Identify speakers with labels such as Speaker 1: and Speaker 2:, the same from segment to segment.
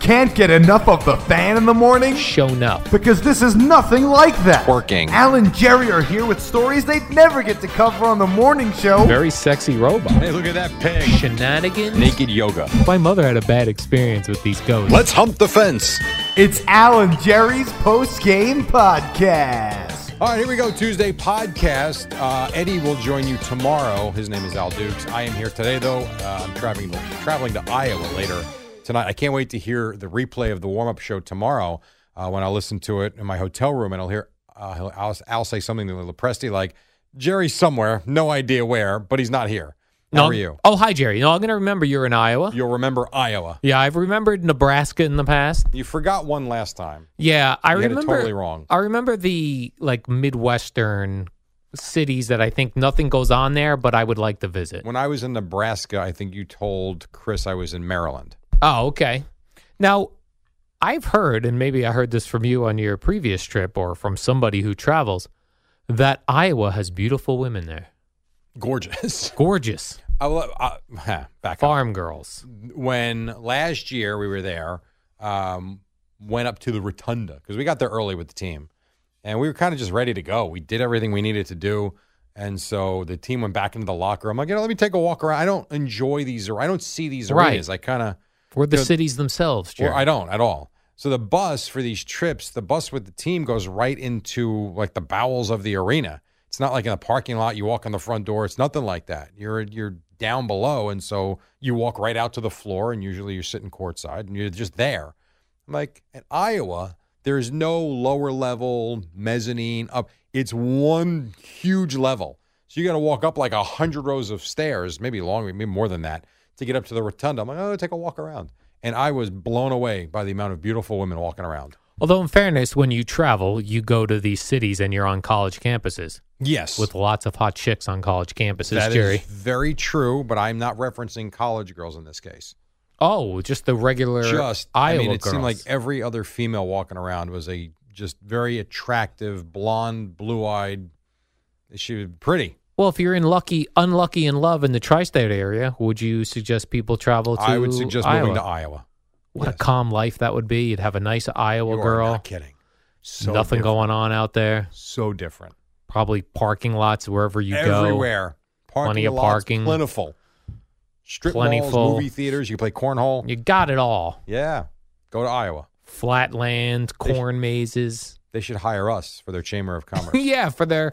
Speaker 1: Can't get enough of the fan in the morning?
Speaker 2: shown up.
Speaker 1: Because this is nothing like that.
Speaker 3: Working.
Speaker 1: Al and Jerry are here with stories they'd never get to cover on the morning show.
Speaker 2: Very sexy robot.
Speaker 3: Hey, look at that pig.
Speaker 2: Shenanigans.
Speaker 3: Naked yoga.
Speaker 2: My mother had a bad experience with these ghosts.
Speaker 3: Let's hump the fence.
Speaker 1: It's Al and Jerry's post game podcast.
Speaker 3: All right, here we go. Tuesday podcast. Uh, Eddie will join you tomorrow. His name is Al Dukes. I am here today, though. Uh, I'm traveling traveling to Iowa later tonight. I can't wait to hear the replay of the warm up show tomorrow uh, when I listen to it in my hotel room and I'll hear uh, he'll- I'll, I'll say something to Lepresti like Jerry's somewhere, no idea where, but he's not here. How
Speaker 2: No,
Speaker 3: are you?
Speaker 2: Oh, hi, Jerry. No, I'm going to remember you're in Iowa.
Speaker 3: You'll remember Iowa.
Speaker 2: yeah, I've remembered Nebraska in the past.
Speaker 3: You forgot one last time.
Speaker 2: Yeah, I
Speaker 3: You had it
Speaker 2: remember.
Speaker 3: totally wrong.
Speaker 2: I remember the like Midwestern cities that I think nothing goes on there, but I would like to visit.
Speaker 3: When I was in Nebraska, I think you told Chris I was in Maryland.
Speaker 2: Oh, okay. Now, I've heard, and maybe I heard this from you on your previous trip or from somebody who travels, that Iowa has beautiful women there.
Speaker 3: Gorgeous.
Speaker 2: Gorgeous
Speaker 3: I, will- I, huh, back up.
Speaker 2: farm girls.
Speaker 3: When last year we were there, um, went up to the rotunda because we got there early with the team, and we were kind of just ready to go. We did everything we needed to do, and so the team went back into the locker room. Like, you know, let me take a walk around. I don't enjoy these, or I don't see these
Speaker 2: Right.
Speaker 3: arenas. I kind of
Speaker 2: Or the
Speaker 3: Yeah.
Speaker 2: cities themselves, Jerry.
Speaker 3: Or I don't at all. So the bus for these trips, the bus with the team goes right into like the bowels of the arena. It's not like in a parking lot. You walk in the front door. It's nothing like that. You're you're down below, and so you walk right out to the floor, and usually you're sitting courtside, and you're just there. I'm like in Iowa, there's no lower level mezzanine up. It's one huge level. So you got to walk up like a hundred rows of stairs, maybe longer, maybe more than that, to get up to the rotunda. I'm like, oh, take a walk around, and I was blown away by the amount of beautiful women walking around.
Speaker 2: Although, in fairness, when you travel, you go to these cities and you're on college campuses
Speaker 3: Yes,
Speaker 2: with lots of hot chicks on college campuses,
Speaker 3: that is
Speaker 2: Jerry.
Speaker 3: very true. But I'm not referencing college girls in this case.
Speaker 2: Oh, just the regular
Speaker 3: Just
Speaker 2: Iowa
Speaker 3: I mean, it
Speaker 2: girls.
Speaker 3: seemed like every other female walking around was a just very attractive, blonde, blue-eyed. She was pretty.
Speaker 2: well, if you're in lucky, unlucky in love in the tri-state area, would you suggest people travel to?
Speaker 3: I would suggest
Speaker 2: Iowa?
Speaker 3: moving to Iowa.
Speaker 2: What
Speaker 3: yes.
Speaker 2: a calm life that would be. You'd have a nice Iowa
Speaker 3: you Are
Speaker 2: girl.
Speaker 3: not kidding. So
Speaker 2: Nothing
Speaker 3: different.
Speaker 2: going on out there.
Speaker 3: So different.
Speaker 2: Probably parking lots wherever you go.
Speaker 3: Everywhere. Parking
Speaker 2: Plenty of
Speaker 3: lots,
Speaker 2: parking.
Speaker 3: Plentiful. Strip
Speaker 2: Plentiful.
Speaker 3: malls, movie theaters. You can play cornhole.
Speaker 2: You got it all.
Speaker 3: yeah. Go to Iowa.
Speaker 2: Flatland, corn mazes.
Speaker 3: They should hire us for their chamber of commerce.
Speaker 2: yeah, for their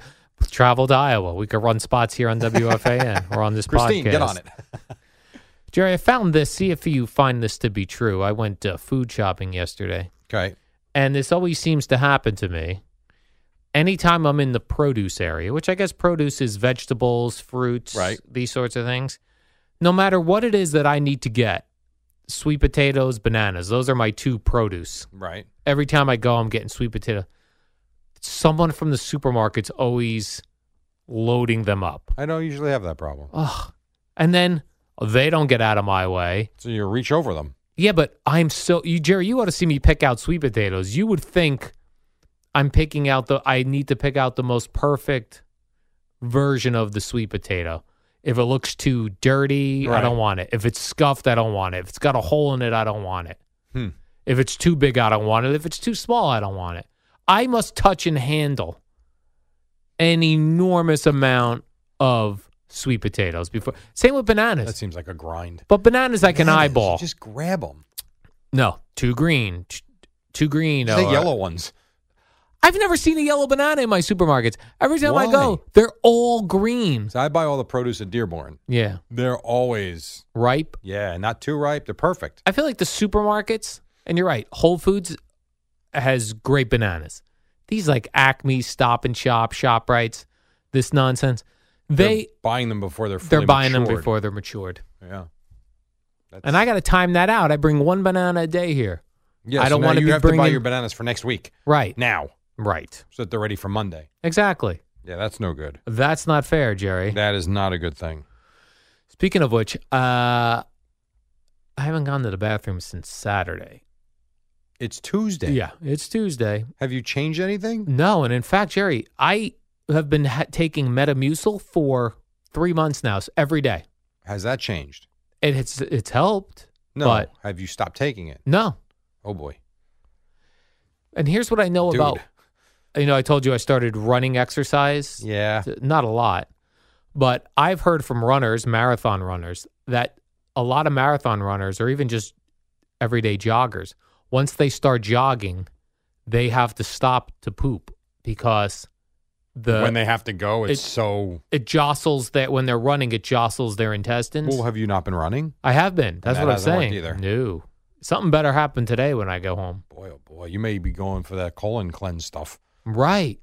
Speaker 2: travel to Iowa. We could run spots here on WFAN or on this
Speaker 3: Christine,
Speaker 2: podcast.
Speaker 3: get on it.
Speaker 2: Jerry, I found this. See if you find this to be true. I went uh, food shopping yesterday,
Speaker 3: Okay.
Speaker 2: and this always seems to happen to me. Anytime I'm in the produce area, which I guess produce is vegetables, fruits,
Speaker 3: Right.
Speaker 2: these sorts of things, no matter what it is that I need to get, sweet potatoes, bananas, those are my two produce
Speaker 3: Right.
Speaker 2: every time I go, I'm getting sweet potato. Someone from the supermarket's always loading them up.
Speaker 3: I don't usually have that problem.
Speaker 2: Ugh. And then They don't get out of my way.
Speaker 3: So you reach over them.
Speaker 2: Yeah, but I'm so you, Jerry. You ought to see me pick out sweet potatoes. You would think I'm picking out the. I need to pick out the most perfect version of the sweet potato. If it looks too dirty, I
Speaker 3: Right.
Speaker 2: don't want it. If it's scuffed, I don't want it. If it's got a hole in it, I don't want it.
Speaker 3: Hmm.
Speaker 2: If it's too big, I don't want it. If it's too small, I don't want it. I must touch and handle an enormous amount of sweet potatoes before. Same with bananas.
Speaker 3: That seems like a grind.
Speaker 2: but bananas, I can
Speaker 3: Bananas, you
Speaker 2: eyeball.
Speaker 3: Just grab them.
Speaker 2: No, too green, t- too green.
Speaker 3: the
Speaker 2: or-
Speaker 3: yellow ones.
Speaker 2: I've never seen a yellow banana in my supermarkets. Every time I
Speaker 3: Why?
Speaker 2: go, they're all green.
Speaker 3: So I buy all the produce at Dearborn.
Speaker 2: Yeah,
Speaker 3: They're always
Speaker 2: ripe.
Speaker 3: yeah, not too ripe. They're perfect.
Speaker 2: I feel like the supermarkets, and you're right. Whole Foods has great bananas. These like Acme, Stop and Shop, Shoprites, this nonsense. They
Speaker 3: are buying them before they're
Speaker 2: they're,
Speaker 3: fully
Speaker 2: buying them
Speaker 3: matured.
Speaker 2: before they're matured.
Speaker 3: Yeah. That's,
Speaker 2: And I got to time that out. I bring one banana a day here.
Speaker 3: yeah,
Speaker 2: I
Speaker 3: so
Speaker 2: don't
Speaker 3: now
Speaker 2: wanna
Speaker 3: you
Speaker 2: be
Speaker 3: have to buy
Speaker 2: bringing-
Speaker 3: your bananas for next week
Speaker 2: Right,
Speaker 3: now,
Speaker 2: right,
Speaker 3: so that they're ready for Monday.
Speaker 2: exactly.
Speaker 3: Yeah, that's no good.
Speaker 2: That's not fair, Jerry.
Speaker 3: That is not a good thing.
Speaker 2: Speaking of which, uh, I haven't gone to the bathroom since Saturday.
Speaker 3: It's Tuesday.
Speaker 2: Yeah, it's Tuesday.
Speaker 3: Have you changed anything?
Speaker 2: No, and in fact, Jerry, I have been ha- taking Metamucil for three months now, so every day.
Speaker 3: Has that changed?
Speaker 2: It, it's it's helped.
Speaker 3: No.
Speaker 2: But-
Speaker 3: Have you stopped taking it?
Speaker 2: No,
Speaker 3: Oh boy.
Speaker 2: and here's what I know
Speaker 3: Dude.
Speaker 2: about. You know, I told you I started running exercise.
Speaker 3: Yeah.
Speaker 2: not a lot, but I've heard from runners, marathon runners, that a lot of marathon runners or even just everyday joggers, once they start jogging, they have to stop to poop because the
Speaker 3: when they have to go,
Speaker 2: it-
Speaker 3: it's so.
Speaker 2: it jostles that when they're running, it jostles their intestines.
Speaker 3: Well, have you not been running?
Speaker 2: I have been. That's
Speaker 3: That
Speaker 2: what I'm
Speaker 3: hasn't worked
Speaker 2: saying.
Speaker 3: either.
Speaker 2: No, something better happened today when I go home.
Speaker 3: Boy, oh boy, you may be going for that colon cleanse stuff.
Speaker 2: Right.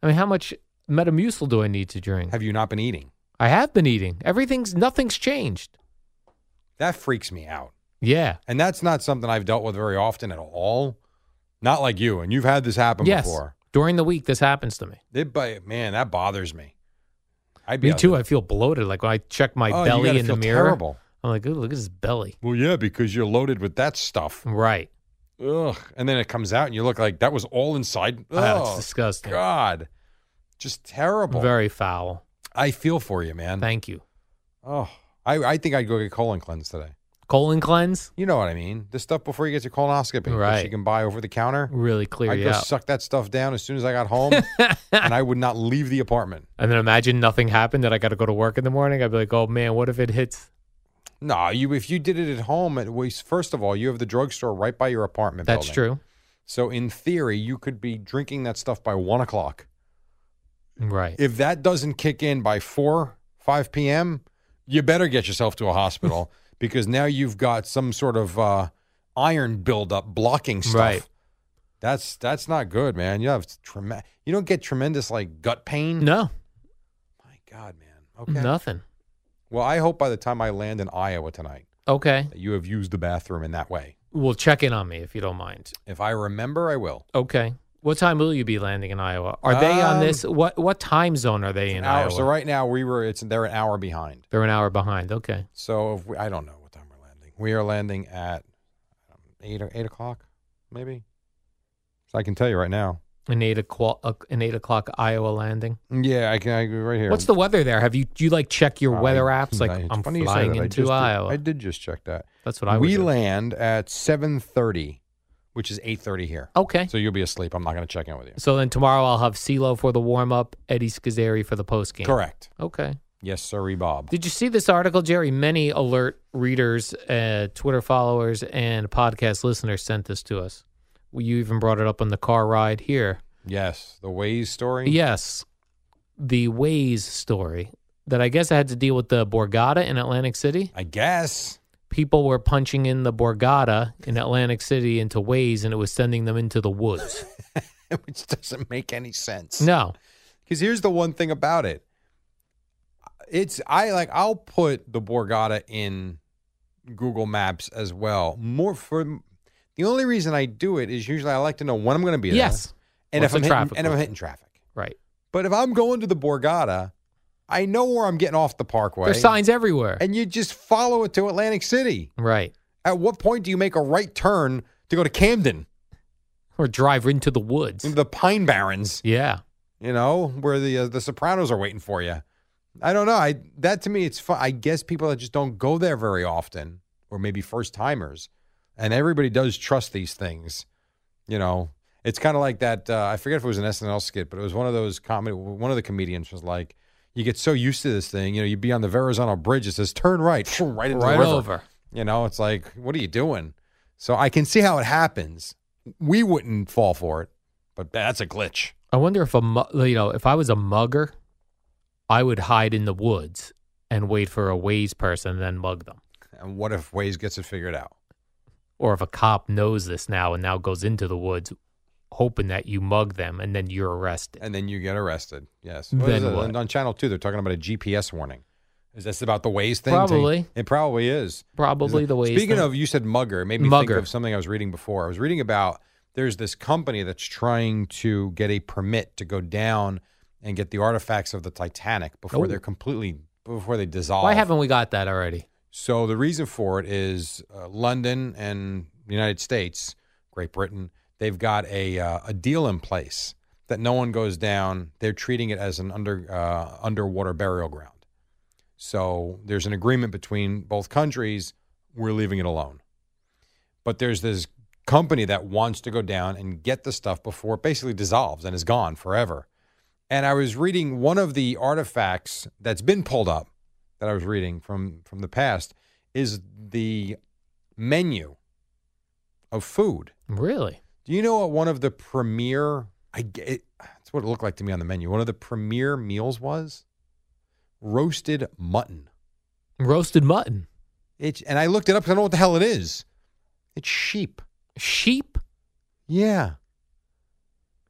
Speaker 2: I mean, how much Metamucil do I need to drink?
Speaker 3: Have you not been eating?
Speaker 2: I have been eating. Everything's nothing's changed.
Speaker 3: That freaks me out.
Speaker 2: Yeah.
Speaker 3: And that's not something I've dealt with very often at all. Not like you, and you've had this happen
Speaker 2: yes.
Speaker 3: before.
Speaker 2: During the week, this happens to me.
Speaker 3: It, but man, that bothers me. I'd
Speaker 2: Me
Speaker 3: out
Speaker 2: too.
Speaker 3: there.
Speaker 2: I feel bloated. Like when I check my
Speaker 3: Oh, you
Speaker 2: belly
Speaker 3: gotta
Speaker 2: in the
Speaker 3: feel
Speaker 2: mirror,
Speaker 3: Terrible.
Speaker 2: I'm like, ooh, look at this belly.
Speaker 3: Well, yeah, because you're loaded with that stuff.
Speaker 2: Right.
Speaker 3: Ugh. And then it comes out, and you look like that was all inside.
Speaker 2: Ah, it's
Speaker 3: Oh,
Speaker 2: disgusting.
Speaker 3: God, just terrible.
Speaker 2: Very foul.
Speaker 3: I feel for you, man.
Speaker 2: Thank you.
Speaker 3: oh, I, I think I'd go get colon cleanse today.
Speaker 2: Colon cleanse
Speaker 3: You know what I mean? The stuff before you get your colonoscopy, that
Speaker 2: Right.
Speaker 3: you can buy over the counter.
Speaker 2: really clear
Speaker 3: I'd
Speaker 2: you
Speaker 3: go
Speaker 2: out.
Speaker 3: suck that stuff down as soon as I got home, and I would not leave the apartment.
Speaker 2: and then imagine nothing happened that I got to go to work in the morning. I'd be like, oh man, what if it hits?
Speaker 3: No, you if you did it at home, it was first of all you have the drugstore right by your apartment.
Speaker 2: That's
Speaker 3: building.
Speaker 2: true.
Speaker 3: So in theory, you could be drinking that stuff by one o'clock.
Speaker 2: Right.
Speaker 3: If that doesn't kick in by four five p.m., you better get yourself to a hospital because now you've got some sort of uh, iron buildup blocking stuff.
Speaker 2: Right.
Speaker 3: That's that's not good, man. You have tremendous. You don't get tremendous like gut pain.
Speaker 2: no,
Speaker 3: My God, man. Okay.
Speaker 2: nothing.
Speaker 3: Well, I hope by the time I land in Iowa tonight
Speaker 2: Okay.
Speaker 3: that you have used the bathroom in that way.
Speaker 2: Well, check in on me if you don't mind.
Speaker 3: If I remember, I will.
Speaker 2: Okay. What time will you be landing in Iowa? Are they on
Speaker 3: Um,
Speaker 2: this? What what time zone are they
Speaker 3: An
Speaker 2: in
Speaker 3: hour.
Speaker 2: Iowa?
Speaker 3: So right now we were. It's they're an hour behind.
Speaker 2: They're an hour behind. Okay.
Speaker 3: So if we, I don't know what time we're landing. We are landing at um, eight or eight o'clock, maybe. So I can tell you right now.
Speaker 2: An eight o'clock an eight o'clock Iowa landing.
Speaker 3: Yeah, I can. I, right here.
Speaker 2: What's the weather there? Have you do you like check your
Speaker 3: I-
Speaker 2: weather apps? Like
Speaker 3: I- it's
Speaker 2: I'm
Speaker 3: funny you say
Speaker 2: flying
Speaker 3: that. I
Speaker 2: into
Speaker 3: just did-
Speaker 2: Iowa.
Speaker 3: I did just check that.
Speaker 2: That's what I would
Speaker 3: we
Speaker 2: do.
Speaker 3: land at seven thirty, which is eight thirty here.
Speaker 2: Okay.
Speaker 3: So you'll be asleep. I'm not going to check in with you.
Speaker 2: So then tomorrow I'll have CeeLo for the warm up, Eddie Scazzeri for the post game.
Speaker 3: Correct.
Speaker 2: Okay.
Speaker 3: Yes, sirree, Bob.
Speaker 2: Did you see this article, Jerry? Many alert readers, uh, Twitter followers, and podcast listeners sent this to us. You even brought it up on the car ride here.
Speaker 3: Yes, the Waze story.
Speaker 2: Yes, the Waze story that I guess I had to deal with the Borgata in Atlantic City.
Speaker 3: I guess.
Speaker 2: People were punching in the Borgata in Atlantic City into Waze, and it was sending them into the woods.
Speaker 3: Which doesn't make any sense.
Speaker 2: No,
Speaker 3: Because here's the one thing about it. It's I like I'll put the Borgata in Google Maps as well. More for the only reason I do it is usually I like to know when I'm going to be there.
Speaker 2: yes,
Speaker 3: and
Speaker 2: Or
Speaker 3: if
Speaker 2: for
Speaker 3: I'm
Speaker 2: traffic
Speaker 3: hitting, and if I'm
Speaker 2: reasons.
Speaker 3: hitting traffic.
Speaker 2: right.
Speaker 3: But if I'm going to the Borgata, I know where I'm getting off the parkway.
Speaker 2: There's signs everywhere.
Speaker 3: And you just follow it to Atlantic City.
Speaker 2: right.
Speaker 3: At what point do you make a right turn to go to Camden,
Speaker 2: Or drive into the woods.
Speaker 3: into the Pine Barrens?
Speaker 2: yeah.
Speaker 3: You know where the uh, the Sopranos are waiting for you. I don't know. I that to me, it's fun. I guess people that just don't go there very often, or maybe first timers, and everybody does trust these things. You know, it's kind of like that. Uh, I forget if it was an SNL skit, but it was one of those comedy. One of the comedians was like, "You get so used to this thing, you know, you'd be on the Verrazano Bridge. It says turn right, right into
Speaker 2: Right
Speaker 3: the river.
Speaker 2: over.
Speaker 3: You know, it's like, what are you doing? So I can see how it happens. We wouldn't fall for it, but that's a glitch.
Speaker 2: I wonder if a mu- you know if I was a mugger, I would hide in the woods and wait for a ways person, and then mug them.
Speaker 3: And what if Waze gets it figured out?
Speaker 2: Or if a cop knows this now and now goes into the woods, hoping that you mug them and then you're arrested.
Speaker 3: And then you get arrested. Yes.
Speaker 2: Then
Speaker 3: is it?
Speaker 2: what?
Speaker 3: And On Channel 2, they're talking about a GPS warning. Is this about the Waze thing?
Speaker 2: Probably.
Speaker 3: It probably is.
Speaker 2: Probably the way.
Speaker 3: Speaking of, you said mugger. It Made me
Speaker 2: Mugger.
Speaker 3: think of something I was reading before. I was reading about there's this company that's trying to get a permit to go down and get the artifacts of the Titanic before
Speaker 2: Oh.
Speaker 3: they're completely, before they dissolve.
Speaker 2: why haven't we got that already?
Speaker 3: So the reason for it is uh, London and the United States, Great Britain, they've got a uh, a deal in place that no one goes down. They're treating it as an under uh, underwater burial ground. So there's an agreement between both countries. We're leaving it alone. But there's this company that wants to go down and get the stuff before it basically dissolves and is gone forever. And I was reading one of the artifacts that's been pulled up that I was reading from from the past is the menu of food.
Speaker 2: Really?
Speaker 3: Do you know what one of the premier I get it, that's what it looked like to me on the menu. One of the premier meals was roasted mutton.
Speaker 2: Roasted mutton,
Speaker 3: It and I looked it up 'cause I don't know what the hell it is. It's sheep.
Speaker 2: sheep.
Speaker 3: Yeah.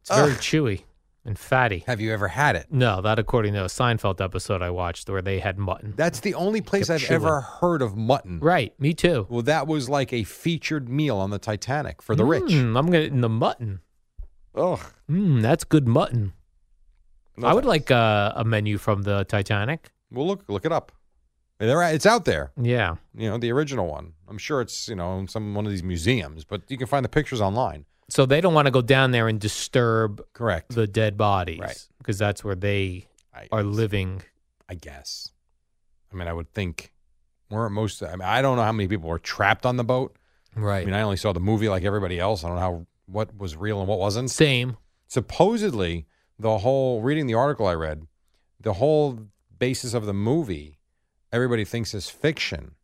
Speaker 2: It's very
Speaker 3: Ugh.
Speaker 2: chewy and fatty.
Speaker 3: Have you ever had it?
Speaker 2: No, that according to a Seinfeld episode I watched where they had mutton.
Speaker 3: That's the only place
Speaker 2: Kept
Speaker 3: I've ever heard of mutton.
Speaker 2: Right, me too.
Speaker 3: Well, that was like a featured meal on the Titanic for the rich.
Speaker 2: Mm, I'm gonna in the mutton.
Speaker 3: Ugh.
Speaker 2: Mm, that's good mutton.
Speaker 3: No
Speaker 2: I would
Speaker 3: thanks.
Speaker 2: like uh, a menu from the Titanic.
Speaker 3: Well, look, look it up. There, it's out there.
Speaker 2: Yeah.
Speaker 3: You know, the original one. I'm sure it's you know in some one of these museums, but you can find the pictures online.
Speaker 2: So they don't want to go down there and disturb
Speaker 3: Correct.
Speaker 2: the dead bodies
Speaker 3: Right.
Speaker 2: because that's where they
Speaker 3: I,
Speaker 2: are living.
Speaker 3: I guess. I mean, I would think weren't most. I mean, I don't know how many people were trapped on the boat. I
Speaker 2: Right.
Speaker 3: mean, I only saw the movie like everybody else. I don't know how what was real and what wasn't.
Speaker 2: Same.
Speaker 3: supposedly the whole reading the article I read, the whole basis of the movie, everybody thinks is fiction.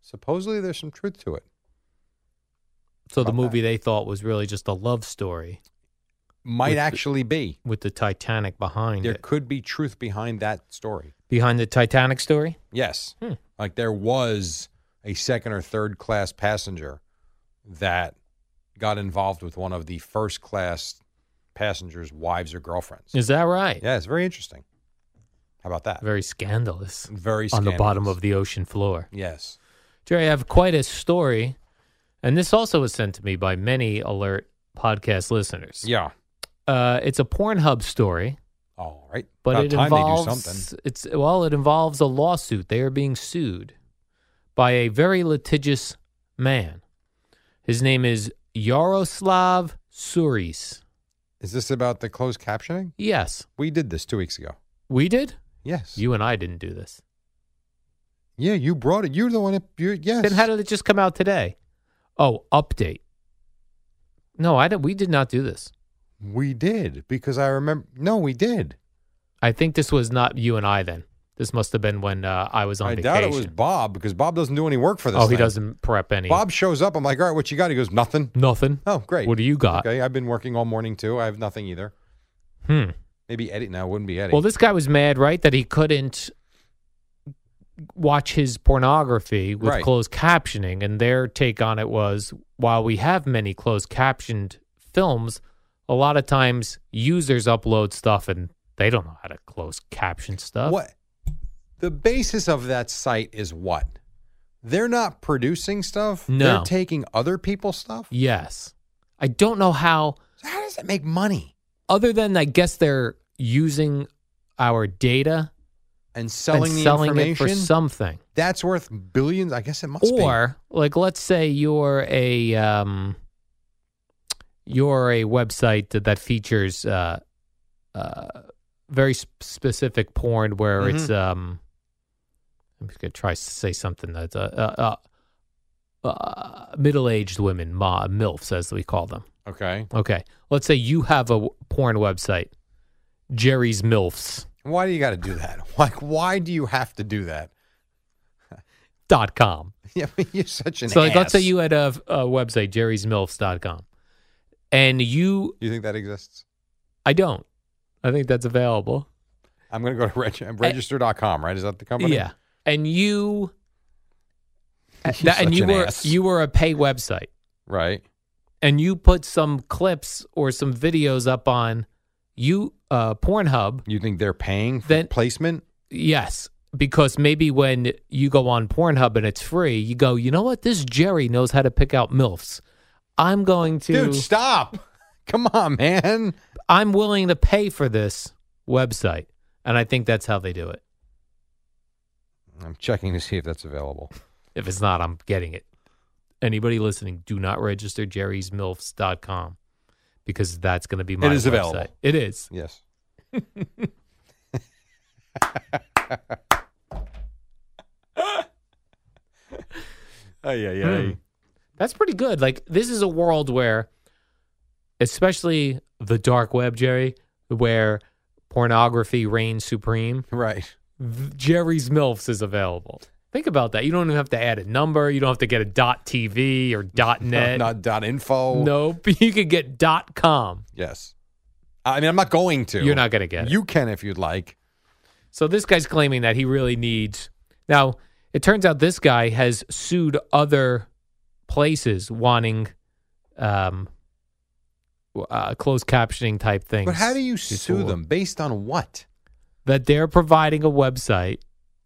Speaker 3: Supposedly there's some truth to it.
Speaker 2: So the
Speaker 3: Okay.
Speaker 2: movie they thought was really just a love story
Speaker 3: Might
Speaker 2: With the-
Speaker 3: actually be.
Speaker 2: with the Titanic behind
Speaker 3: There
Speaker 2: it.
Speaker 3: could be truth behind that story.
Speaker 2: Behind the Titanic story?
Speaker 3: Yes.
Speaker 2: Hmm.
Speaker 3: Like there was a second or third class passenger that got involved with one of the first class passengers' wives or girlfriends.
Speaker 2: Is that right?
Speaker 3: Yeah, it's very interesting. How about that?
Speaker 2: Very scandalous
Speaker 3: Very
Speaker 2: on the bottom
Speaker 3: scandalous.
Speaker 2: of the ocean floor.
Speaker 3: Yes.
Speaker 2: Jerry, I have quite a story. And this also was sent to me by many alert podcast listeners.
Speaker 3: Yeah.
Speaker 2: Uh, it's a Pornhub story.
Speaker 3: All right.
Speaker 2: but
Speaker 3: About
Speaker 2: it
Speaker 3: time
Speaker 2: involves
Speaker 3: they do something.
Speaker 2: it's well it involves a lawsuit they are being sued by a very litigious man his name is yaroslav suris
Speaker 3: Is this about the closed captioning?
Speaker 2: yes
Speaker 3: We did this two weeks ago.
Speaker 2: we did
Speaker 3: Yes.
Speaker 2: you and i didn't do this
Speaker 3: yeah, you brought it. You're the one. That, you yes.
Speaker 2: then how did it just come out today oh update no i didn't we did not do this
Speaker 3: we did because I remember. No, we did.
Speaker 2: i think this was not you and i then this must have been when uh, i was on
Speaker 3: I
Speaker 2: vacation
Speaker 3: doubt it was Bob because Bob doesn't do any work for this.
Speaker 2: oh he
Speaker 3: thing.
Speaker 2: doesn't prep any
Speaker 3: Bob shows up. I'm like, all right, what you got? He goes, nothing.
Speaker 2: nothing
Speaker 3: Oh, great.
Speaker 2: what do you got
Speaker 3: Okay, I've been working all morning too. I have nothing either.
Speaker 2: hmm
Speaker 3: Maybe Eddie. No, it wouldn't be Eddie.
Speaker 2: Well, this guy was mad, right, that he couldn't watch his pornography with
Speaker 3: Right.
Speaker 2: closed captioning. And their take on it was while we have many closed captioned films, a lot of times users upload stuff and they don't know how to close caption stuff.
Speaker 3: what? The basis of that site is what? They're not producing stuff.
Speaker 2: No.
Speaker 3: They're taking other people's stuff.
Speaker 2: Yes. I don't know how,
Speaker 3: How does that make money?
Speaker 2: other than I guess they're using our data
Speaker 3: and selling
Speaker 2: and
Speaker 3: the
Speaker 2: selling it
Speaker 3: information
Speaker 2: for something.
Speaker 3: that's worth billions. I guess it must be.
Speaker 2: or like let's say you're a um you're a website that, that features uh uh very sp- specific porn where
Speaker 3: Mm-hmm.
Speaker 2: it's um I'm just gonna try to say something that's uh, uh, uh, uh middle-aged women ma milfs as we call them
Speaker 3: Okay.
Speaker 2: okay let's say you have a w- porn website Jerry's milfs
Speaker 3: Why do you got to do that? Like, why do you have to do that?
Speaker 2: dot com
Speaker 3: Yeah, but you're such an.
Speaker 2: so like, let's say
Speaker 3: ass.
Speaker 2: you had a, a website jerrysmilfs.com and you
Speaker 3: You think that exists?
Speaker 2: i don't i think that's available
Speaker 3: I'm going to go to reg- register.com, right? Is that the company?
Speaker 2: yeah and you
Speaker 3: You're
Speaker 2: that- and
Speaker 3: such
Speaker 2: you
Speaker 3: an
Speaker 2: were
Speaker 3: ass.
Speaker 2: you were a pay website
Speaker 3: Right.
Speaker 2: and you put some clips or some videos up on you uh pornhub
Speaker 3: You think they're paying for
Speaker 2: Then-
Speaker 3: placement?
Speaker 2: yes because maybe when you go on pornhub and it's free you go you know what this jerry knows how to pick out milfs i'm going to
Speaker 3: Dude, stop. Come on, man.
Speaker 2: I'm willing to pay for this website. And I think that's how they do it.
Speaker 3: I'm checking to see if that's available.
Speaker 2: If it's not, I'm getting it. Anybody listening, do not register jerrysmilfs.com because that's going to be my
Speaker 3: It is
Speaker 2: website.
Speaker 3: available.
Speaker 2: It is.
Speaker 3: Yes. oh yeah, yeah.
Speaker 2: Hmm. That's pretty good. Like this is a world where especially the dark web, Jerry, where pornography reigns supreme,
Speaker 3: Right.
Speaker 2: th- Jerry's Milfs is available. Think about that. You don't even have to add a number. You don't have to get a .tv or .net.
Speaker 3: Not dot info.
Speaker 2: Nope. You could get dot com.
Speaker 3: Yes. I mean, I'm not going to.
Speaker 2: You're not gonna get it.
Speaker 3: You can if you'd like.
Speaker 2: So this guy's claiming that he really needs now it turns out this guy has sued other places wanting um w- uh, closed captioning type things.
Speaker 3: But how do you sue
Speaker 2: before.
Speaker 3: them? Based on what?
Speaker 2: That they're providing a website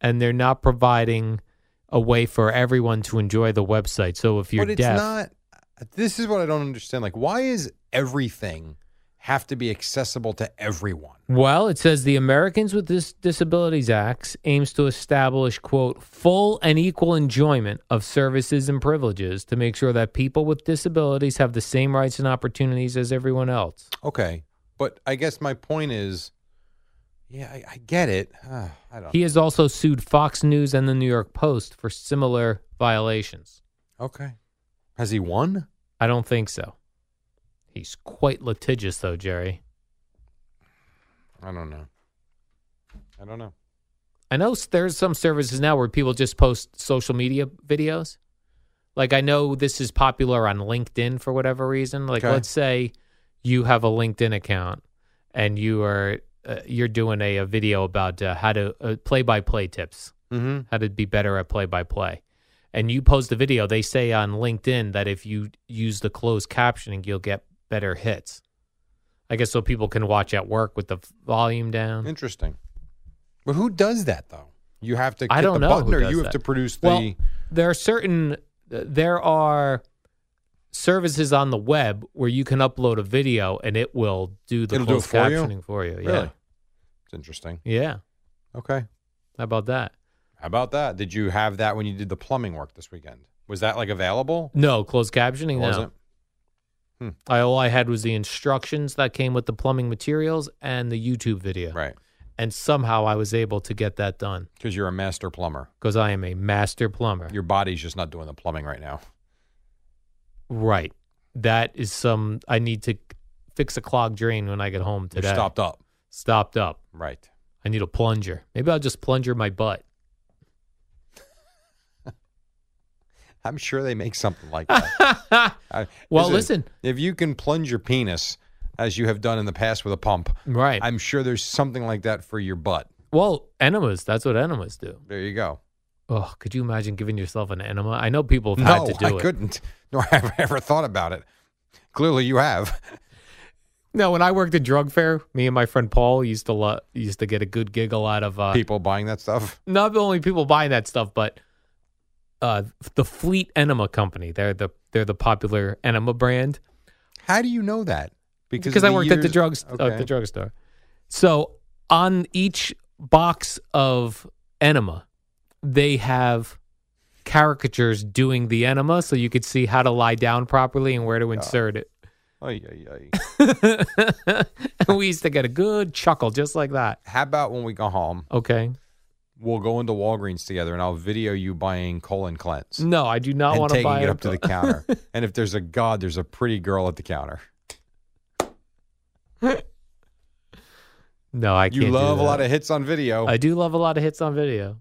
Speaker 2: and they're not providing a way for everyone to enjoy the website. So if you're
Speaker 3: but it's
Speaker 2: deaf,
Speaker 3: not. This is what I don't understand. Like, why is everything have to be accessible to everyone?
Speaker 2: Well, it says the Americans with Dis- Disabilities Act aims to establish, quote, full and equal enjoyment of services and privileges to make sure that people with disabilities have the same rights and opportunities as everyone else.
Speaker 3: Okay, but I guess my point is, yeah, I, I get it. Ah, I don't.
Speaker 2: He has also sued Fox News and the New York Post for similar violations.
Speaker 3: okay, has he won?
Speaker 2: I don't think so. He's quite litigious, though, Jerry.
Speaker 3: I don't know. I don't know.
Speaker 2: I know s- there's some services now where people just post social media videos. Like I know this is popular on LinkedIn for whatever reason. Like
Speaker 3: Okay.
Speaker 2: let's say you have a LinkedIn account and you are uh, you're doing a, a video about uh, how to uh, play-by-play tips,
Speaker 3: Mm-hmm.
Speaker 2: how to be better at play-by-play. And you post the video, they say on LinkedIn that if you use the closed captioning, you'll get better hits. I guess so people can watch at work with the f- volume down.
Speaker 3: Interesting. But who does that though? You have to. Hit
Speaker 2: I don't know
Speaker 3: the Button,
Speaker 2: who
Speaker 3: or
Speaker 2: does
Speaker 3: you have
Speaker 2: that.
Speaker 3: to produce the.
Speaker 2: Well, there are certain there are services on the web where you can upload a video and it will do the
Speaker 3: It'll do it
Speaker 2: closed
Speaker 3: for you?
Speaker 2: captioning for you.
Speaker 3: Really? It's interesting.
Speaker 2: Yeah. Yeah.
Speaker 3: Okay.
Speaker 2: How about that?
Speaker 3: How about that? Did you have that when you did the plumbing work this weekend? Was that like available?
Speaker 2: No, closed captioning
Speaker 3: Was
Speaker 2: no.
Speaker 3: it? Hmm.
Speaker 2: I, all I had was the instructions that came with the plumbing materials and the YouTube video.
Speaker 3: Right.
Speaker 2: And somehow I was able to get that done
Speaker 3: Because you're a master plumber.
Speaker 2: because I am a master plumber.
Speaker 3: Your body's just not doing the plumbing right now.
Speaker 2: right. That is some I need to fix a clogged drain when I get home
Speaker 3: You're
Speaker 2: today.
Speaker 3: stopped up.
Speaker 2: Stopped up.
Speaker 3: Right.
Speaker 2: I need a plunger. Maybe I'll just plunger my butt.
Speaker 3: I'm sure they make something like that. I-
Speaker 2: Well, listen.
Speaker 3: If you can plunge your penis as you have done in the past with a pump,
Speaker 2: Right.
Speaker 3: I'm sure there's something like that for your butt.
Speaker 2: well, enemas. That's what enemas do.
Speaker 3: There you go.
Speaker 2: Oh, could you imagine giving yourself an enema? I know people have
Speaker 3: No,
Speaker 2: had to do
Speaker 3: I
Speaker 2: it.
Speaker 3: couldn't. Nor have I ever thought about it. Clearly, you have.
Speaker 2: No, when I worked at drug fair, me and my friend Paul used to lo- used to get a good giggle out of uh,
Speaker 3: People buying that stuff.
Speaker 2: not only people buying that stuff, but uh, the Fleet Enema Company. They're the they're the popular enema brand.
Speaker 3: How do you know that?
Speaker 2: because,
Speaker 3: of
Speaker 2: I worked at the
Speaker 3: years-
Speaker 2: drugs uh,
Speaker 3: Okay.
Speaker 2: the drugstore. So on each box of enema, they have caricatures doing the enema so you could see how to lie down properly and where to insert it.
Speaker 3: Ay, ay, ay.
Speaker 2: and we used to get a good chuckle just like that.
Speaker 3: How about when we go home,
Speaker 2: Okay.
Speaker 3: we'll go into Walgreens together and I'll video you buying colon cleanse
Speaker 2: No, Mm, I do not
Speaker 3: and
Speaker 2: want to
Speaker 3: taking
Speaker 2: buy
Speaker 3: it
Speaker 2: a
Speaker 3: up to the counter. and if there's a god, there's a pretty girl at the counter.
Speaker 2: No, I can't.
Speaker 3: You
Speaker 2: do
Speaker 3: love a
Speaker 2: that.
Speaker 3: lot of hits on video.
Speaker 2: I do love a lot of hits on video.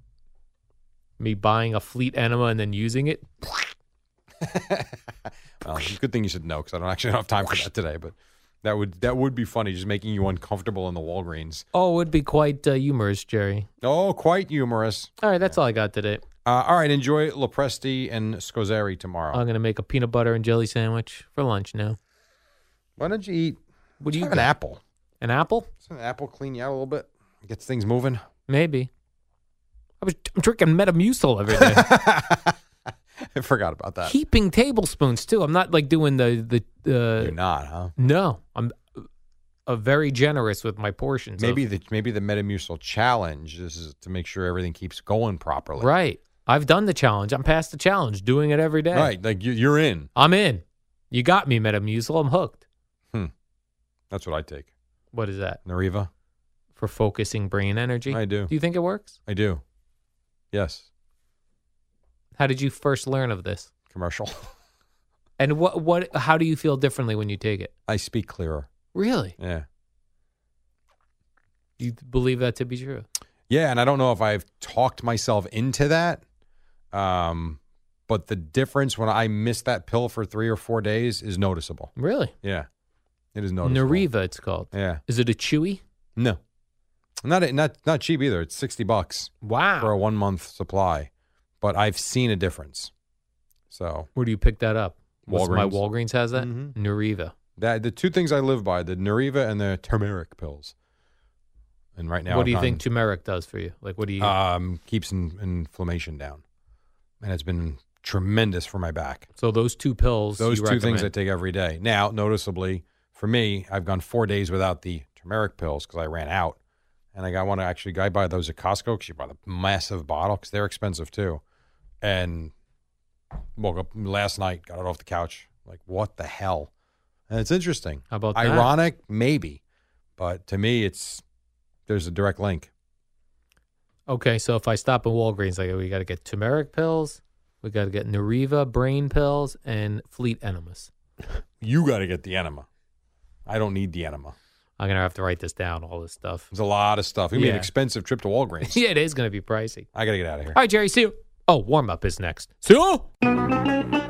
Speaker 2: Me buying a fleet enema and then using it.
Speaker 3: Well, it's a Um, good thing you said no because I don't actually have time for that today. But that would that would be funny, just making you uncomfortable in the Walgreens.
Speaker 2: Oh, it would be quite uh, humorous, Jerry.
Speaker 3: Oh, quite humorous.
Speaker 2: All right, that's all I got today.
Speaker 3: Uh, all right, enjoy Lopresti and Scozzeri tomorrow.
Speaker 2: I'm gonna make a peanut butter and jelly sandwich for lunch now.
Speaker 3: Why don't you eat?
Speaker 2: What do you
Speaker 3: have an
Speaker 2: got?
Speaker 3: apple?
Speaker 2: An apple?
Speaker 3: Doesn't an apple clean you out a little bit? Gets things moving.
Speaker 2: Maybe. I was I'm drinking Metamucil every day.
Speaker 3: I forgot about that.
Speaker 2: Heaping tablespoons too. I'm not like doing the the.
Speaker 3: You're
Speaker 2: Uh,
Speaker 3: not, huh?
Speaker 2: no, I'm uh, very generous with my portions. of-
Speaker 3: Maybe the maybe the Metamucil challenge. This is to make sure everything keeps going properly.
Speaker 2: right. I've done the challenge. I'm past the challenge. Doing it every day.
Speaker 3: Right. Like you, you're in.
Speaker 2: I'm in. You got me, Metamucil. I'm hooked.
Speaker 3: That's what I take.
Speaker 2: What is that
Speaker 3: Nariva.
Speaker 2: for focusing brain energy?
Speaker 3: I do.
Speaker 2: Do you think it works?
Speaker 3: I do. Yes.
Speaker 2: How did you first learn of this?
Speaker 3: Commercial.
Speaker 2: And what what? How do you feel differently when you take it?
Speaker 3: I speak clearer.
Speaker 2: Really?
Speaker 3: Yeah.
Speaker 2: Do you believe that to be true?
Speaker 3: Yeah, and I don't know if I've talked myself into that. Um, but the difference when I miss that pill for three or four days is noticeable.
Speaker 2: Really?
Speaker 3: Yeah. It is noticeable.
Speaker 2: Nariva, it's called.
Speaker 3: Yeah.
Speaker 2: Is it a chewy?
Speaker 3: No. Not not not cheap either. It's sixty bucks
Speaker 2: Wow.
Speaker 3: for a one month supply. But I've seen a difference. So
Speaker 2: Where do you pick that up? What's My
Speaker 3: Walgreens.
Speaker 2: Walgreens has that.
Speaker 3: Mhm.
Speaker 2: Nariva.
Speaker 3: that the two things I live by, the Nariva and the turmeric pills. And right now
Speaker 2: what
Speaker 3: I'm
Speaker 2: do you
Speaker 3: on-
Speaker 2: think turmeric does for you? Like, what do you?
Speaker 3: um, keeps in, inflammation down, and it's been tremendous for my back.
Speaker 2: so those two pills.
Speaker 3: Those two
Speaker 2: you
Speaker 3: things I
Speaker 2: recommend.
Speaker 3: take every day. Now, noticeably for me, I've gone four days without the turmeric pills because I ran out, and I got one. Actually, guy buy those at Costco because you buy the massive bottle because they're expensive too. And woke up last night, got it off the couch, like what the hell? And it's interesting.
Speaker 2: How about that?
Speaker 3: Ironic, maybe, but to me, it's there's a direct link.
Speaker 2: Okay, so if I stop at Walgreens, like we got to get turmeric pills, we got to get Nariva brain pills, and Fleet enemas.
Speaker 3: You got to get the enema. I don't need the enema.
Speaker 2: I'm gonna have to write this down. All this stuff.
Speaker 3: There's a lot of stuff. It'll be an
Speaker 2: Yeah.
Speaker 3: expensive trip to Walgreens.
Speaker 2: yeah, it is gonna be pricey.
Speaker 3: I got to get out of here.
Speaker 2: All right, Jerry. See you. Oh, warm up is next. See you.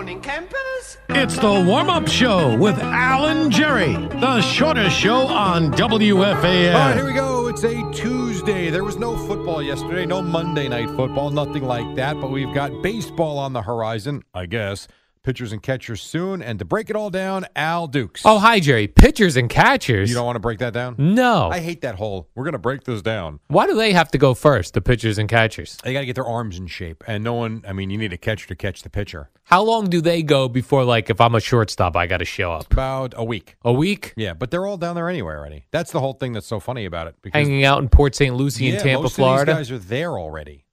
Speaker 4: It's the warm up show with Alan Jerry, the shortest show on WFAN.
Speaker 3: All right, here we go. It's a Tuesday. There was no football yesterday, no Monday night football, nothing like that, but we've got baseball on the horizon, I guess. Pitchers and catchers soon. And to break it all down, Al Dukes.
Speaker 2: Oh, hi, Jerry. Pitchers and catchers.
Speaker 3: You don't want to break that down?
Speaker 2: no.
Speaker 3: I hate that whole, we're going to break this down.
Speaker 2: Why do they have to go first, the pitchers and catchers?
Speaker 3: They got to get their arms in shape. And no one, I mean, you need a catcher to catch the pitcher.
Speaker 2: How long do they go before, like, if I'm a shortstop, I got to show up?
Speaker 3: About a week.
Speaker 2: A week?
Speaker 3: Yeah, but they're all down there anyway already. That's the whole thing that's so funny about it. Because
Speaker 2: Hanging out in Port St. Lucie in
Speaker 3: Yeah,
Speaker 2: Tampa,
Speaker 3: most
Speaker 2: Florida?
Speaker 3: Of these guys are there already.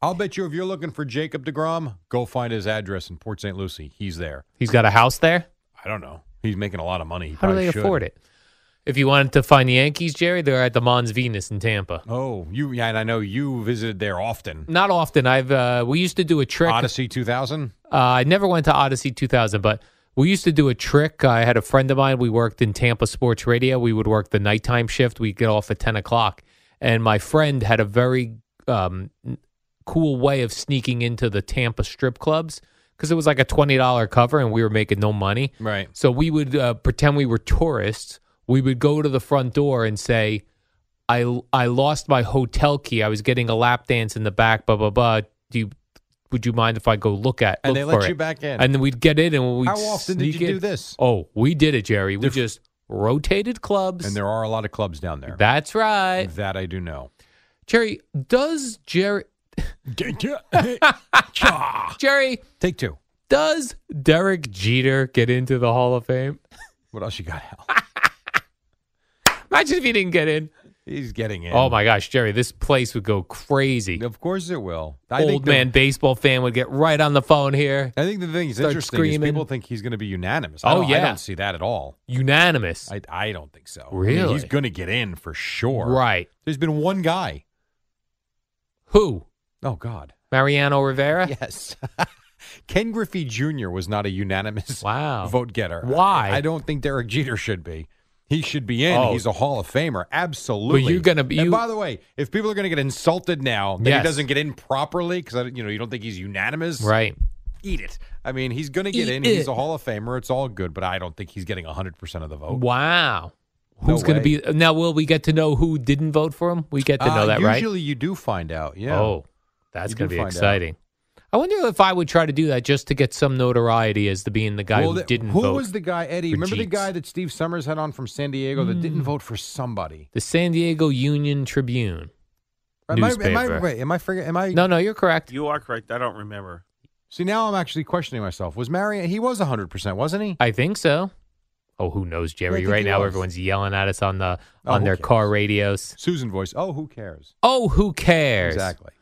Speaker 3: I'll bet you if you're looking for Jacob DeGrom, go find his address in Port St. Lucie. He's there.
Speaker 2: He's got a house there?
Speaker 3: I don't know. He's making a lot of money. He
Speaker 2: How do
Speaker 3: probably
Speaker 2: they
Speaker 3: should.
Speaker 2: afford it? If you wanted to find the Yankees, Jerry, they're at the Mons Venus in Tampa.
Speaker 3: Oh, you yeah, and I know you visited there often.
Speaker 2: Not often. I've uh, we used to do a trick.
Speaker 3: Odyssey 2000.
Speaker 2: Uh, I never went to Odyssey 2000, but we used to do a trick. Uh, I had a friend of mine. We worked in Tampa Sports Radio. We would work the nighttime shift. We'd get off at 10 o'clock. And my friend had a very um, n- cool way of sneaking into the Tampa strip clubs because it was like a $20 cover and we were making no money.
Speaker 3: Right.
Speaker 2: So we would uh, pretend we were tourists. We would go to the front door and say, I, I lost my hotel key. I was getting a lap dance in the back, blah, blah, blah. Do you, would you mind if I go look at
Speaker 3: And
Speaker 2: look
Speaker 3: they
Speaker 2: for
Speaker 3: let you
Speaker 2: it?
Speaker 3: back in.
Speaker 2: And then we'd get in and we'd
Speaker 3: How often did
Speaker 2: sneak
Speaker 3: you
Speaker 2: in.
Speaker 3: do this?
Speaker 2: Oh, we did it, Jerry. We
Speaker 3: Diff-
Speaker 2: just rotated clubs.
Speaker 3: And Mm. there are a lot of clubs down there.
Speaker 2: That's right.
Speaker 3: That I do know.
Speaker 2: Jerry, does Jerry Jerry
Speaker 3: Take two.
Speaker 2: does Derek Jeter get into the Hall of Fame?
Speaker 3: What else you got, Al?
Speaker 2: Imagine if he didn't get in.
Speaker 3: He's getting in.
Speaker 2: Oh my gosh, Jerry, this place would go crazy.
Speaker 3: Of course it will.
Speaker 2: Old
Speaker 3: the-
Speaker 2: man baseball fan would get right on the phone here.
Speaker 3: I think the thing that's
Speaker 2: Start
Speaker 3: interesting is
Speaker 2: screaming.
Speaker 3: people think he's going to be unanimous. I
Speaker 2: Oh,
Speaker 3: don't- I
Speaker 2: yeah.
Speaker 3: don't see that at all.
Speaker 2: Unanimous.
Speaker 3: I, I don't think so. I mean,
Speaker 2: Really?
Speaker 3: he's going to get in for sure.
Speaker 2: Right.
Speaker 3: There's been one guy.
Speaker 2: Who?
Speaker 3: Oh, God.
Speaker 2: Mariano Rivera?
Speaker 3: Yes. Ken Griffey Jr. was not a unanimous
Speaker 2: Wow.
Speaker 3: vote getter.
Speaker 2: Why?
Speaker 3: I don't think Derek Jeter should be. He should be in.
Speaker 2: Oh.
Speaker 3: He's a Hall of Famer. Absolutely.
Speaker 2: But you're gonna be-
Speaker 3: And
Speaker 2: you-
Speaker 3: by the way, if people are going to get insulted now that
Speaker 2: Yes.
Speaker 3: he doesn't get in properly because you know you don't think he's unanimous,
Speaker 2: Right.
Speaker 3: eat it. I mean, he's going to get
Speaker 2: Eat
Speaker 3: in. He's
Speaker 2: it.
Speaker 3: a Hall of Famer. It's all good, but I don't think he's getting 100% of the vote.
Speaker 2: Wow.
Speaker 3: No
Speaker 2: Who's going to be now? Will we get to know who didn't vote for him? We get to know
Speaker 3: Uh,
Speaker 2: that,
Speaker 3: usually
Speaker 2: right?
Speaker 3: you do find out. Yeah.
Speaker 2: Oh, that's
Speaker 3: You
Speaker 2: going to
Speaker 3: do
Speaker 2: be
Speaker 3: find out.
Speaker 2: exciting. I wonder if I would try to do that just to get some notoriety as to being the guy
Speaker 3: Well,
Speaker 2: who
Speaker 3: that-
Speaker 2: didn't
Speaker 3: who
Speaker 2: vote.
Speaker 3: was the guy, Eddie?
Speaker 2: for
Speaker 3: Remember the
Speaker 2: Jeets. Hmm.
Speaker 3: guy that Steve Summers had on from San Diego that didn't vote for somebody?
Speaker 2: the San Diego Union Tribune.
Speaker 3: Am I, am I,
Speaker 2: Newspaper.
Speaker 3: wait, am I forget? Am I?
Speaker 2: No, no, you're correct.
Speaker 5: You are correct. I don't remember.
Speaker 3: See, now I'm actually questioning myself. Was Marion? He was 100, percent wasn't he?
Speaker 2: I think so. Oh, who knows, Jerry?
Speaker 3: think
Speaker 2: right
Speaker 3: he
Speaker 2: now,
Speaker 3: was.
Speaker 2: everyone's yelling at us on the
Speaker 3: Oh,
Speaker 2: on
Speaker 3: who
Speaker 2: their
Speaker 3: cares?
Speaker 2: car radios.
Speaker 3: Susan voice. Oh, who cares?
Speaker 2: Oh, who cares?
Speaker 3: Exactly.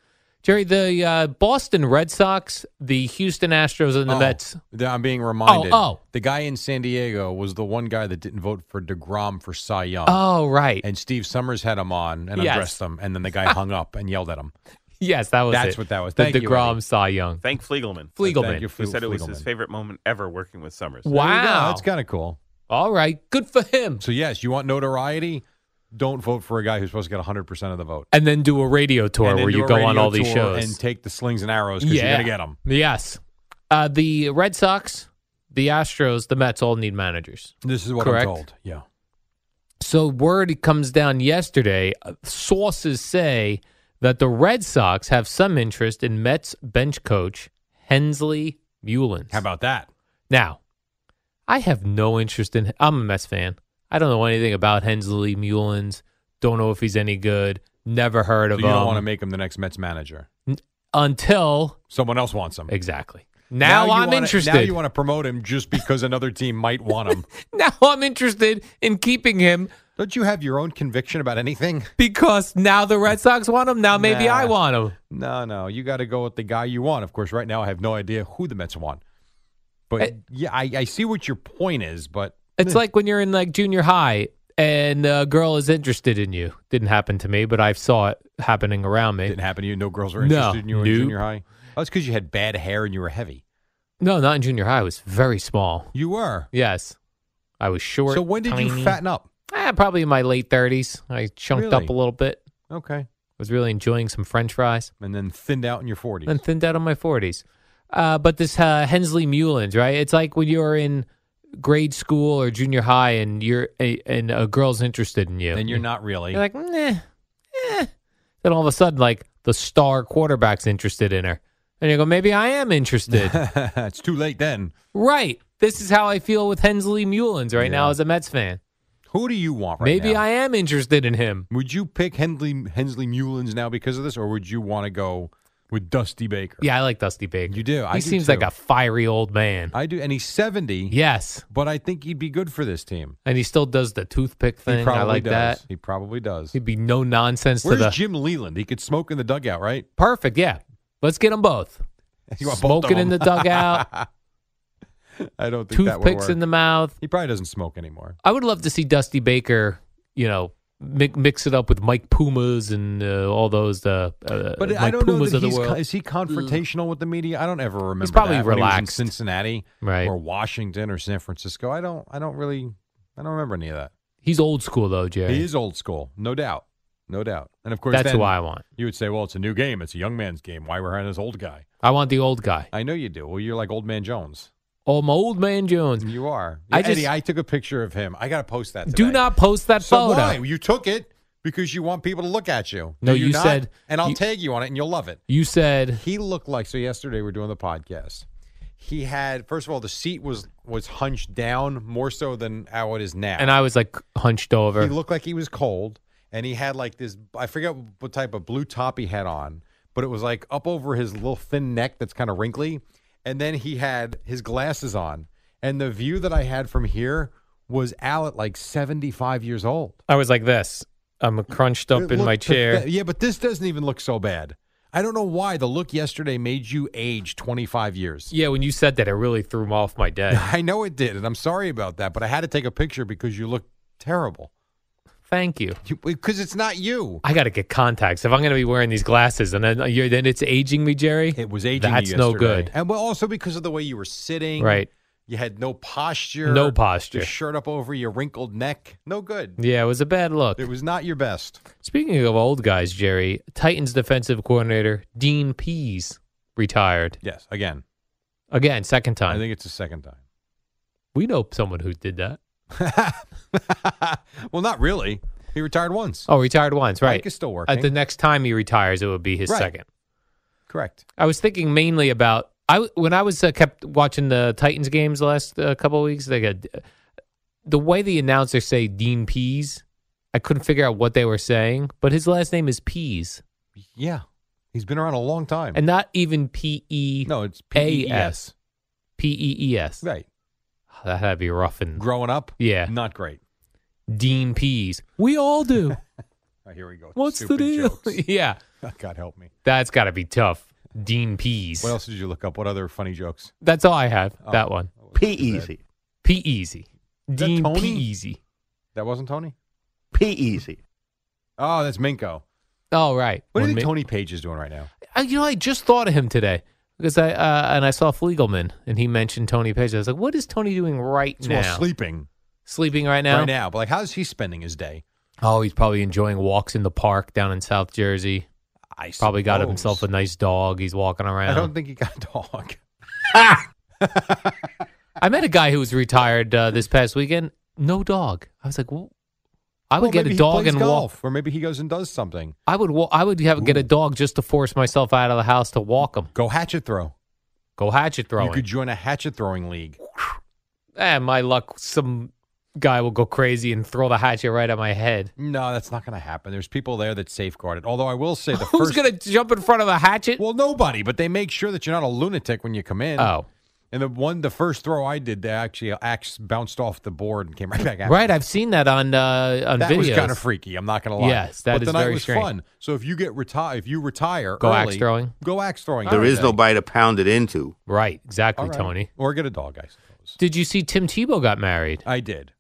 Speaker 2: Jerry, the uh, Boston Red Sox, the Houston Astros, and the
Speaker 3: Oh,
Speaker 2: Mets.
Speaker 3: th- I'm being reminded.
Speaker 2: oh.
Speaker 3: the guy in San Diego was the one guy that didn't vote for Degrom for Cy Young.
Speaker 2: Oh, right.
Speaker 3: and Steve Summers had him on and
Speaker 2: Yes. Ah.
Speaker 3: addressed him, and then the guy hung up and yelled at him.
Speaker 2: yes, that was
Speaker 3: That's
Speaker 2: it.
Speaker 3: what that was.
Speaker 2: The
Speaker 3: Thank you,
Speaker 2: DeGrom
Speaker 3: Eddie.
Speaker 2: Cy Young.
Speaker 5: Thank Fliegelman,
Speaker 2: Fliegelman.
Speaker 3: Thank you,
Speaker 5: who said it was
Speaker 3: Fliegelman.
Speaker 5: his favorite moment ever working with Summers.
Speaker 3: There you go.
Speaker 2: Wow.
Speaker 3: that's kind of cool.
Speaker 2: All right. Good for him.
Speaker 3: So yes, you want notoriety? Don't vote for a guy who's supposed to get 100% of the vote.
Speaker 2: And then do a radio tour
Speaker 3: And then
Speaker 2: where
Speaker 3: do
Speaker 2: you
Speaker 3: a
Speaker 2: go on
Speaker 3: radio
Speaker 2: all these
Speaker 3: tour
Speaker 2: shows.
Speaker 3: and take the slings and arrows because you're going to get them.
Speaker 2: Yes. Uh, the Red Sox, the Astros, the Mets all need managers.
Speaker 3: This is what
Speaker 2: Correct.
Speaker 3: I'm told. Yeah.
Speaker 2: So word comes down yesterday. uh, Sources say that the Red Sox have some interest in Mets bench coach Hensley Mullins.
Speaker 3: How about that?
Speaker 2: now? I have no interest in. I'm a Mets fan. I don't know anything about Hensley Mullins. Don't know if he's any good. Never heard
Speaker 3: So
Speaker 2: of
Speaker 3: you don't
Speaker 2: him
Speaker 3: want to make him the next Mets manager.
Speaker 2: until
Speaker 3: Someone else wants him.
Speaker 2: exactly. Now,
Speaker 3: you
Speaker 2: I'm
Speaker 3: wanna-
Speaker 2: interested.
Speaker 3: Now you want to promote him just because another team might want him.
Speaker 2: now I'm interested in keeping him
Speaker 3: Don't you have your own conviction about anything?
Speaker 2: because now the Red Sox want him. Now maybe
Speaker 3: Nah.
Speaker 2: I want him.
Speaker 3: No, no. You got to go with the guy you want. Of course, right now I have no idea who the Mets want. But
Speaker 2: I-
Speaker 3: yeah, I, I see what your point is, but
Speaker 2: It's like when you're in like junior high and a girl is interested in you. Didn't happen to me, but I saw it happening around
Speaker 3: it
Speaker 2: me.
Speaker 3: didn't happen to you. No girls were
Speaker 2: No.
Speaker 3: interested in you in
Speaker 2: Nope.
Speaker 3: junior high. Oh, it's because you had bad hair and you were heavy.
Speaker 2: No, not in junior high. I was very small.
Speaker 3: You were.
Speaker 2: Yes, I was short.
Speaker 3: So when did you
Speaker 2: tiny.
Speaker 3: fatten up?
Speaker 2: Ah, probably in my late thirties. I chunked
Speaker 3: Really?
Speaker 2: up a little bit.
Speaker 3: Okay.
Speaker 2: Was really enjoying some French fries.
Speaker 3: And then thinned out in your 40s.
Speaker 2: and thinned out on my 40s. Uh, but this uh, Hensley Mullins, right? It's like when you're in grade school or junior high and you're a, and a girl's interested in you.
Speaker 3: then you're not really.
Speaker 2: You're like, nah, eh. Then all of a sudden, like the star quarterback's interested in her, and you go, maybe I am interested.
Speaker 3: it's too late then.
Speaker 2: right. This is how I feel with Hensley Mullins right now
Speaker 3: Yeah.
Speaker 2: as a Mets fan.
Speaker 3: Who do you want right
Speaker 2: maybe
Speaker 3: now?
Speaker 2: I am interested in him.
Speaker 3: Would you pick Hensley, Hensley Mullins now because of this, or would you want to go with Dusty Baker?
Speaker 2: Yeah, I like Dusty Baker.
Speaker 3: You do. I
Speaker 2: he
Speaker 3: do
Speaker 2: seems like
Speaker 3: too.
Speaker 2: a fiery old man.
Speaker 3: I do. And he's 70,
Speaker 2: yes,
Speaker 3: but I think he'd be good for this team.
Speaker 2: and he still does the toothpick
Speaker 3: he
Speaker 2: thing.
Speaker 3: probably
Speaker 2: I like
Speaker 3: does.
Speaker 2: that.
Speaker 3: He probably does.
Speaker 2: He'd be no nonsense
Speaker 3: Where's
Speaker 2: to the
Speaker 3: Jim Leland? He could smoke in the dugout, right?
Speaker 2: perfect. Yeah, let's get them both.
Speaker 3: You want both of
Speaker 2: Smoking in the
Speaker 3: them.
Speaker 2: dugout,
Speaker 3: I don't think that would
Speaker 2: toothpicks
Speaker 3: work.
Speaker 2: in the mouth.
Speaker 3: He probably doesn't smoke anymore.
Speaker 2: I would love to see Dusty Baker. You know, mi- mix it up with Mike Pumas and uh, all those. Uh, uh,
Speaker 3: But
Speaker 2: Mike
Speaker 3: I don't know
Speaker 2: Pumas
Speaker 3: that
Speaker 2: of the
Speaker 3: he's
Speaker 2: world.
Speaker 3: is he confrontational with the media? I don't ever remember.
Speaker 2: probably
Speaker 3: that when he was in
Speaker 2: relaxed.
Speaker 3: Cincinnati,
Speaker 2: Right.
Speaker 3: or Washington, or San Francisco. I don't. I don't really. I don't remember any of that.
Speaker 2: He's old school though, Jerry.
Speaker 3: He is old school, no doubt, no doubt. And of course,
Speaker 2: That's
Speaker 3: then
Speaker 2: who I want.
Speaker 3: you would say, "Well, it's a new game. It's a young man's game. Why we're hiring this old guy?"
Speaker 2: I want the old guy.
Speaker 3: I know you do. Well, you're like old man Jones.
Speaker 2: Oh, my old man Jones.
Speaker 3: You are.
Speaker 2: I
Speaker 3: Eddie,
Speaker 2: just-
Speaker 3: I took a picture of him. I got to post that.
Speaker 2: Do
Speaker 3: today.
Speaker 2: not post that
Speaker 3: So
Speaker 2: photo.
Speaker 3: why you took it because you want people to look at you?
Speaker 2: No,
Speaker 3: Do
Speaker 2: you
Speaker 3: not?
Speaker 2: said-
Speaker 3: and I'll
Speaker 2: you-
Speaker 3: tag you on it, and you'll love it.
Speaker 2: You said
Speaker 3: He looked like so. Yesterday, we're doing the podcast. He had first of all the seat was was hunched down more so than how it is now.
Speaker 2: and I was like hunched over.
Speaker 3: He looked like he was cold, and he had like this. I forget what type of blue top he had on, but it was like up over his little thin neck that's kind of wrinkly. And then he had his glasses on, and the view that I had from here was Al at like 75 years old.
Speaker 2: I was like this. I'm crunched up
Speaker 3: It
Speaker 2: in my
Speaker 3: looked
Speaker 2: chair.
Speaker 3: pathet- yeah, but this doesn't even look so bad. I don't know why the look yesterday made you age 25 years.
Speaker 2: Yeah, when you said that, it really threw me off my day.
Speaker 3: I know it did, and I'm sorry about that, but I had to take a picture because you look terrible.
Speaker 2: Thank you.
Speaker 3: Because it's not you.
Speaker 2: I got to get contacts if I'm going to be wearing these glasses, and then you're, then it's aging me, Jerry.
Speaker 3: It was aging. you
Speaker 2: That's no
Speaker 3: yesterday.
Speaker 2: good.
Speaker 3: And well, also because of the way you were sitting.
Speaker 2: Right.
Speaker 3: You had no posture.
Speaker 2: No posture.
Speaker 3: Your shirt up over your wrinkled neck. No good.
Speaker 2: Yeah, it was a bad look.
Speaker 3: It was not your best.
Speaker 2: Speaking of old guys, Jerry, Titans defensive coordinator Dean Pease retired
Speaker 3: Yes. Again,
Speaker 2: again, second
Speaker 3: I
Speaker 2: time.
Speaker 3: think it's the second time.
Speaker 2: we know someone who did that.
Speaker 3: well, not really. He retired once.
Speaker 2: Oh, retired once, right?
Speaker 3: Mike is still working.
Speaker 2: At the next time he retires, it would be his
Speaker 3: Right.
Speaker 2: second.
Speaker 3: Correct.
Speaker 2: I was thinking mainly about I when I was uh, kept watching the Titans games the last uh, couple of weeks. They got the way the announcers say Dean Pease. I couldn't figure out what they were saying, but his last name is Pease,
Speaker 3: Yeah. He's been around a long time.
Speaker 2: and not even P E
Speaker 3: no, it's
Speaker 2: A
Speaker 3: PES.
Speaker 2: S P E E S.
Speaker 3: Right.
Speaker 2: That'd be rough and
Speaker 3: Growing up,
Speaker 2: Yeah.
Speaker 3: not great.
Speaker 2: Dean Pease. We all do.
Speaker 3: Oh, here we go.
Speaker 2: What's
Speaker 3: Stupid
Speaker 2: the deal?
Speaker 3: jokes.
Speaker 2: yeah,
Speaker 3: God help me.
Speaker 2: that's got to be tough. Dean Pease.
Speaker 3: What else did you look up? What other funny jokes?
Speaker 2: That's all I have.
Speaker 3: Oh.
Speaker 2: That one.
Speaker 1: P E easy.
Speaker 2: P Easy.
Speaker 3: that
Speaker 2: Dean
Speaker 3: Tony?
Speaker 2: P Easy.
Speaker 3: That wasn't Tony?
Speaker 1: P E easy.
Speaker 3: Oh, that's Minko.
Speaker 2: Oh right.
Speaker 3: What do
Speaker 2: When
Speaker 3: you think
Speaker 2: Mi-
Speaker 3: Tony Page is doing right now?
Speaker 2: I, you know, I just thought of him today because I uh, and I saw Fliegelman and he mentioned Tony Page. I was like, what is Tony doing right
Speaker 3: It's
Speaker 2: now?
Speaker 3: well sleeping
Speaker 2: Sleeping right now?
Speaker 3: right now. But like, how's he spending his day?
Speaker 2: Oh, he's probably enjoying walks in the park down in South Jersey.
Speaker 3: I
Speaker 2: Probably got
Speaker 3: suppose.
Speaker 2: himself a nice dog. He's walking around.
Speaker 3: Oh, I don't think he got a dog.
Speaker 2: I met a guy who was retired uh, this past weekend. No dog. I was like, well, I would
Speaker 3: Well,
Speaker 2: get
Speaker 3: maybe
Speaker 2: a
Speaker 3: he
Speaker 2: dog
Speaker 3: plays
Speaker 2: and
Speaker 3: golf,
Speaker 2: walk.
Speaker 3: or maybe he goes and does something.
Speaker 2: I would. Wa- I would have get a dog just to force myself out of the house to walk him.
Speaker 3: Go hatchet throw.
Speaker 2: Go hatchet throwing.
Speaker 3: You could join a hatchet throwing league.
Speaker 2: Eh, my luck. Some guy will go crazy and throw the hatchet right at my head.
Speaker 3: No, that's not going to happen. There's people there that safeguard it. Although I will say the
Speaker 2: Who's
Speaker 3: first
Speaker 2: gonna jump in front of a hatchet?
Speaker 3: Well, nobody, but they make sure that you're not a lunatic when you come in.
Speaker 2: oh,
Speaker 3: And the one, the first throw I did, the actually axe bounced off the board and came right back at me.
Speaker 2: right. I've seen that on uh, on
Speaker 3: That
Speaker 2: videos.
Speaker 3: was kind of freaky. I'm not going to lie.
Speaker 2: Yes, that
Speaker 3: but
Speaker 2: is
Speaker 3: the night
Speaker 2: very
Speaker 3: was
Speaker 2: strange.
Speaker 3: fun. So if you get retire, if you retire,
Speaker 2: Go axe
Speaker 3: early,
Speaker 2: throwing?
Speaker 3: Go axe throwing.
Speaker 6: There
Speaker 3: every
Speaker 6: is
Speaker 3: day.
Speaker 6: nobody to pound it into.
Speaker 2: Right. Exactly,
Speaker 3: All right.
Speaker 2: Tony.
Speaker 3: Or get a dog, I suppose.
Speaker 2: Did you see Tim Tebow got married?
Speaker 3: I did,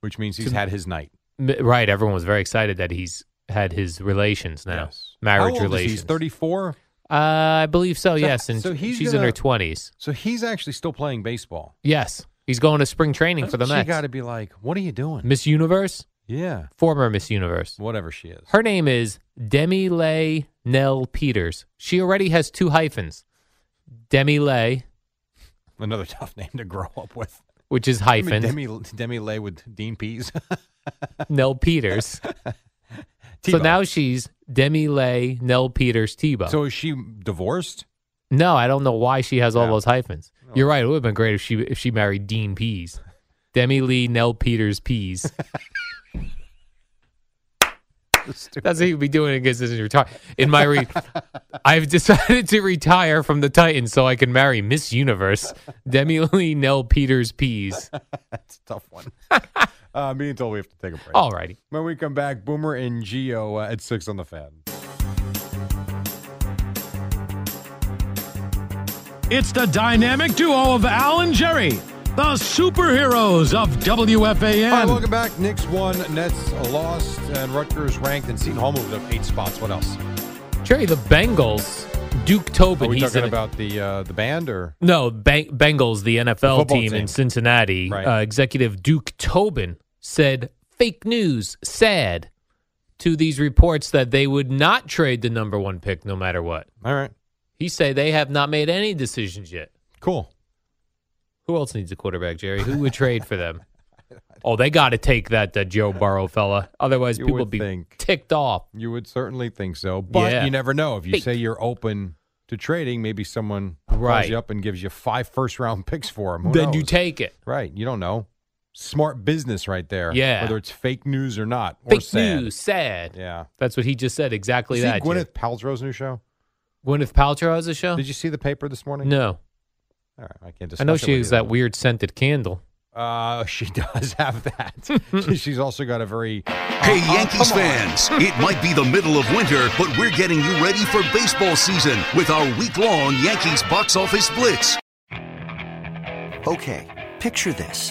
Speaker 3: which means he's
Speaker 2: To-
Speaker 3: had his night.
Speaker 2: M- Right. Everyone was very excited that he's had his relations now.
Speaker 3: Yes.
Speaker 2: Marriage
Speaker 3: How old
Speaker 2: relations.
Speaker 3: Is he? He's 34.
Speaker 2: Uh, I believe so.
Speaker 3: So-
Speaker 2: yes, and
Speaker 3: so he's
Speaker 2: she's in
Speaker 3: gonna-
Speaker 2: her twenties.
Speaker 3: So he's actually still playing baseball.
Speaker 2: Yes, he's going to spring training for the
Speaker 3: She
Speaker 2: Mets.
Speaker 3: got to be like, what are you doing?
Speaker 2: Miss Universe,
Speaker 3: yeah,
Speaker 2: former Miss Universe.
Speaker 3: whatever she is.
Speaker 2: Her name is Demi Lay Nell Peters. She already has two hyphens, Demi Lay,
Speaker 3: Another tough name to grow up with.
Speaker 2: which is
Speaker 3: I mean,
Speaker 2: hyphen,
Speaker 3: Demi Demi Lay with Dean Pease.
Speaker 2: Nell Peters. so
Speaker 3: Tebow.
Speaker 2: now she's Demi Lay Nell Peters Tebow.
Speaker 3: So is she divorced?
Speaker 2: no, I don't know why she has all
Speaker 3: Yeah.
Speaker 2: those hyphens. You're right. It would have been great if she if she married Dean Pease, Demi Lee Nell Peters Pease. That's what he'd be doing against his retire. In my re- I've decided to retire from the Titans so I can marry Miss Universe, Demi Lee Nell Peters Pease.
Speaker 3: That's a tough one. uh, me and Toll, we have to take a break.
Speaker 2: Alrighty.
Speaker 3: When we come back, Boomer and Geo uh, at 6 on the fan.
Speaker 4: It's the dynamic duo of Al and Jerry, the superheroes of
Speaker 3: All right,
Speaker 4: WFAN.
Speaker 3: welcome back. Knicks won, Nets lost, and Rutgers ranked, and Seton Hall moved up eight spots. What else?
Speaker 2: Jerry, the Bengals, Duke Tobin.
Speaker 3: Are we
Speaker 2: he's
Speaker 3: talking
Speaker 2: in-
Speaker 3: about the uh, the band or?
Speaker 2: No, Bang- Bengals, the NFL
Speaker 3: football
Speaker 2: team,
Speaker 3: team.
Speaker 2: in Cincinnati,
Speaker 3: Right.
Speaker 2: uh, executive Duke Tobin said fake news, sad to these reports that they would not trade the number one pick no matter what.
Speaker 3: All right,
Speaker 2: He said they have not made any decisions yet.
Speaker 3: cool.
Speaker 2: Who else needs a quarterback, Jerry? Who would trade for them? Oh, they got to take that uh, Joe Burrow fella. Otherwise,
Speaker 3: You
Speaker 2: people
Speaker 3: would
Speaker 2: be
Speaker 3: think.
Speaker 2: ticked off.
Speaker 3: You would certainly think so, but
Speaker 2: Yeah.
Speaker 3: you never know. If you
Speaker 2: Fake.
Speaker 3: say you're open to trading, maybe someone
Speaker 2: Right.
Speaker 3: calls you up and gives you five first round picks for him.
Speaker 2: Then you take it.
Speaker 3: right. You don't know. Smart business right there.
Speaker 2: Yeah.
Speaker 3: whether it's fake news or not. or
Speaker 2: Fake
Speaker 3: sad.
Speaker 2: news, sad.
Speaker 3: Yeah.
Speaker 2: That's what he just said. Exactly
Speaker 3: See
Speaker 2: that. Jerry.
Speaker 3: Gwyneth Paltrow's new show.
Speaker 2: Gwyneth Paltrow has a show.
Speaker 3: Did you see the paper this morning?
Speaker 2: no,
Speaker 3: All right, I can't.
Speaker 2: I know
Speaker 3: discuss it
Speaker 2: she
Speaker 3: with
Speaker 2: has
Speaker 3: you.
Speaker 2: that weird scented candle.
Speaker 3: Uh, she does have that. She- She's also got a very
Speaker 6: Hey,
Speaker 3: Oh, oh,
Speaker 6: Yankees
Speaker 3: come on.
Speaker 6: fans, it might be the middle of winter, but we're getting you ready for baseball season with our week long Yankees box office blitz.
Speaker 7: Okay, picture this.